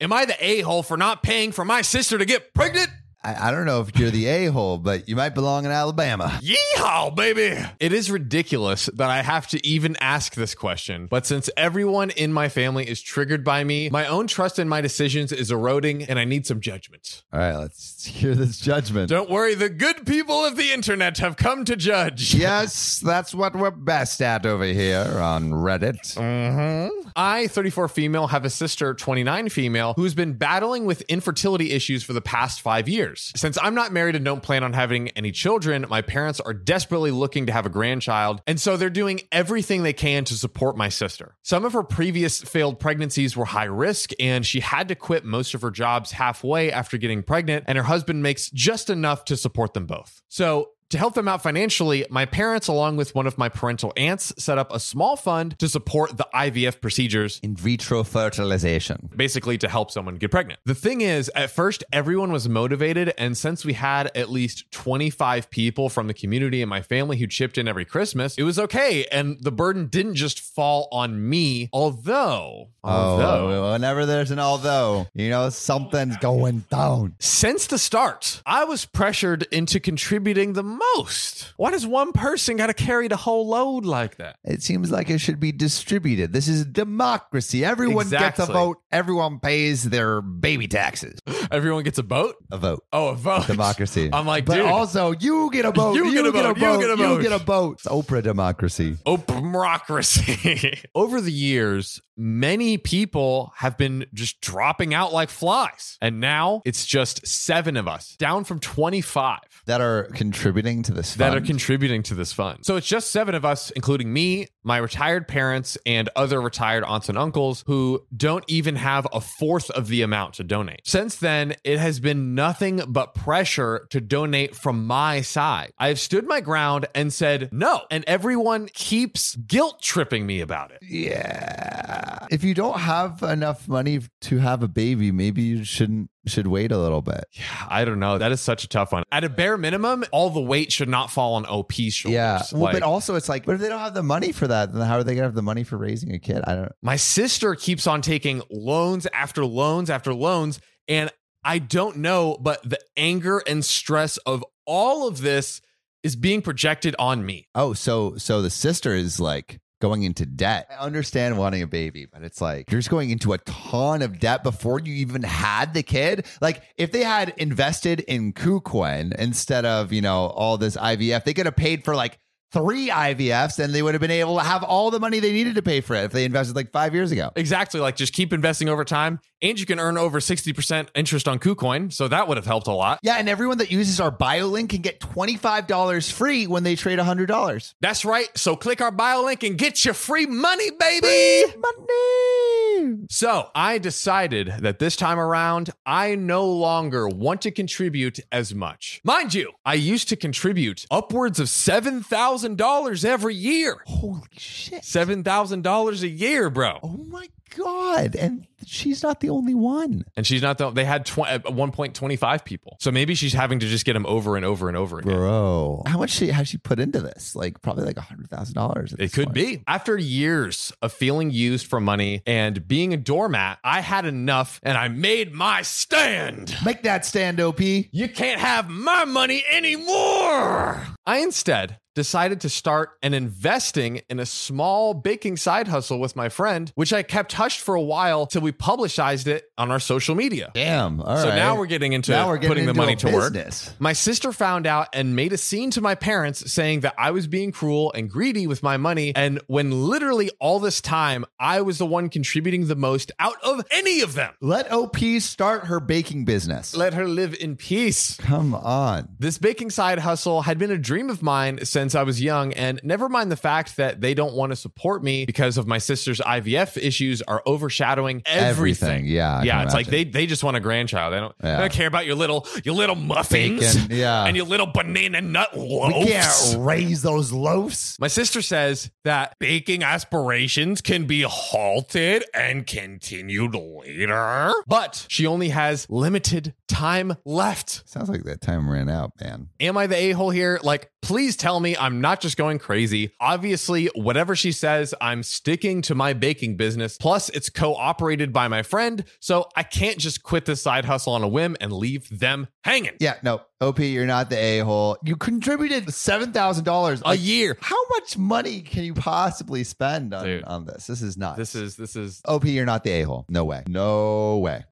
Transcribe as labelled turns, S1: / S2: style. S1: Am I the a hole for not paying for my sister to get pregnant?
S2: I, I don't know if you're the a hole, but you might belong in Alabama.
S1: Yeehaw, baby! It is ridiculous that I have to even ask this question, but since everyone in my family is triggered by me, my own trust in my decisions is eroding and I need some judgment.
S2: All right, let's hear this judgment.
S1: Don't worry, the good people of the internet have come to judge.
S2: yes, that's what we're best at over here on Reddit.
S1: Mm-hmm. I, 34 female, have a sister, 29 female, who's been battling with infertility issues for the past five years. Since I'm not married and don't plan on having any children, my parents are desperately looking to have a grandchild, and so they're doing everything they can to support my sister. Some of her previous failed pregnancies were high risk, and she had to quit most of her jobs halfway after getting pregnant, and her husband makes just enough to support them both. So, to help them out financially, my parents, along with one of my parental aunts, set up a small fund to support the IVF procedures,
S2: In vitro fertilization.
S1: basically to help someone get pregnant. The thing is, at first, everyone was motivated. And since we had at least 25 people from the community and my family who chipped in every Christmas, it was okay. And the burden didn't just fall on me, although, although,
S2: Oh, whenever there's an although, you know, something's going down.
S1: Since the start, I was pressured into contributing the most. Why does one person got to carry the whole load like that?
S2: It seems like it should be distributed. This is democracy. Everyone gets a
S1: Exactly.
S2: vote, everyone pays their baby taxes.
S1: Everyone gets a boat?
S2: A vote.
S1: Oh, a vote.
S2: Democracy.
S1: I'm like,
S2: but
S1: dude.
S2: also you get a vote.
S1: You get a vote, you get a vote.
S2: You get a vote. It's Oprah democracy.
S1: Oh, Oprahmocracy. Over the years, many people have been just dropping out like flies. And now it's just seven of us, down from 25
S2: That are contributing to this.
S1: that
S2: fund.
S1: are contributing to this fund. So it's just seven of us, including me, my retired parents, and other retired aunts and uncles who don't even have a fourth of the amount to donate. Since then, it has been nothing but pressure to donate from my side. I have stood my ground and said no, and everyone keeps guilt tripping me about it.
S2: Yeah. If you don't have enough money to have a baby, maybe you shouldn't should wait a little bit.
S1: I don't know. That is such a tough one. At a bare minimum, all the weight should not fall on OP's shoulders.
S2: Yeah. Well,
S1: Like-
S2: but also it's like, but if they don't have the money for that, then how are they gonna have the money for raising a kid? I don't.
S1: My sister keeps on taking loans after loans after loans. And I don't know, but the anger and stress of all of this is being projected on me.
S2: Oh, so so the sister is like going into debt. I understand wanting a baby, but it's like you're just going into a ton of debt before you even had the kid. Like if they had invested in KuCoin instead of you know all this IVF, they could have paid for like three IVFs and they would have been able to have all the money they needed to pay for it if they invested like five years ago.
S1: Exactly. Like just keep investing over time. And you can earn over 60% interest on KuCoin. So that would have helped a lot.
S2: Yeah, and everyone that uses our BioLink can get $25 free when they trade $100.
S1: That's right. So click our bio link and get your free money, baby.
S2: Money!
S1: So I decided that this time around, I no longer want to contribute as much. Mind you, I used to contribute upwards of $7,000 every year.
S2: Holy shit.
S1: $7,000 a year, bro.
S2: Oh my god! And she's not the only one.
S1: And she's not, the, they had tw- at one point 25 people. So maybe she's having to just get them over and over and over again.
S2: Bro, how much she has she put into this? Like probably like a hundred thousand dollars.
S1: It could be. After years of feeling used for money and being a doormat, I had enough and I made my stand.
S2: Make that stand, OP.
S1: You can't have my money anymore. I instead decided to start an investing in a small baking side hustle with my friend, which I kept hushed for a while till we publicized it on our social media.
S2: Damn. All right.
S1: so now we're getting into
S2: now we're getting
S1: putting the
S2: into
S1: money
S2: a
S1: to work.
S2: business.
S1: My sister found out and made a scene to my parents saying that I was being cruel and greedy with my money. And when literally all this time, I was the one contributing the most out of any of them.
S2: Let OP start her baking business.
S1: Let her live in peace.
S2: Come on.
S1: This baking side hustle had been a dream of mine since I was young, and never mind the fact that they don't want to support me because of my sister's IVF issues are overshadowing everything.
S2: Yeah. I
S1: yeah,
S2: can
S1: it's like
S2: imagine.
S1: they they just want a grandchild. They don't, they
S2: Yeah.
S1: don't care about your little your little muffins
S2: Bacon, yeah.
S1: and your little banana nut loaves.
S2: we can't raise those loafs.
S1: My sister says that baking aspirations can be halted and continued later, but she only has limited time left.
S2: Sounds like that time ran out, man.
S1: Am I the a hole here? Like, please tell me I'm not just going crazy. Obviously, whatever she says, I'm sticking to my baking business. Plus, it's co operated by my friend. So I can't just quit this side hustle on a whim and leave them hanging.
S2: Yeah, no, OP, you're not the a hole. You contributed seven thousand dollars
S1: A year.
S2: How much money can you possibly spend on,
S1: Dude.
S2: on this? This is not.
S1: This is, this is,
S2: OP, you're not the a hole. No way. No way.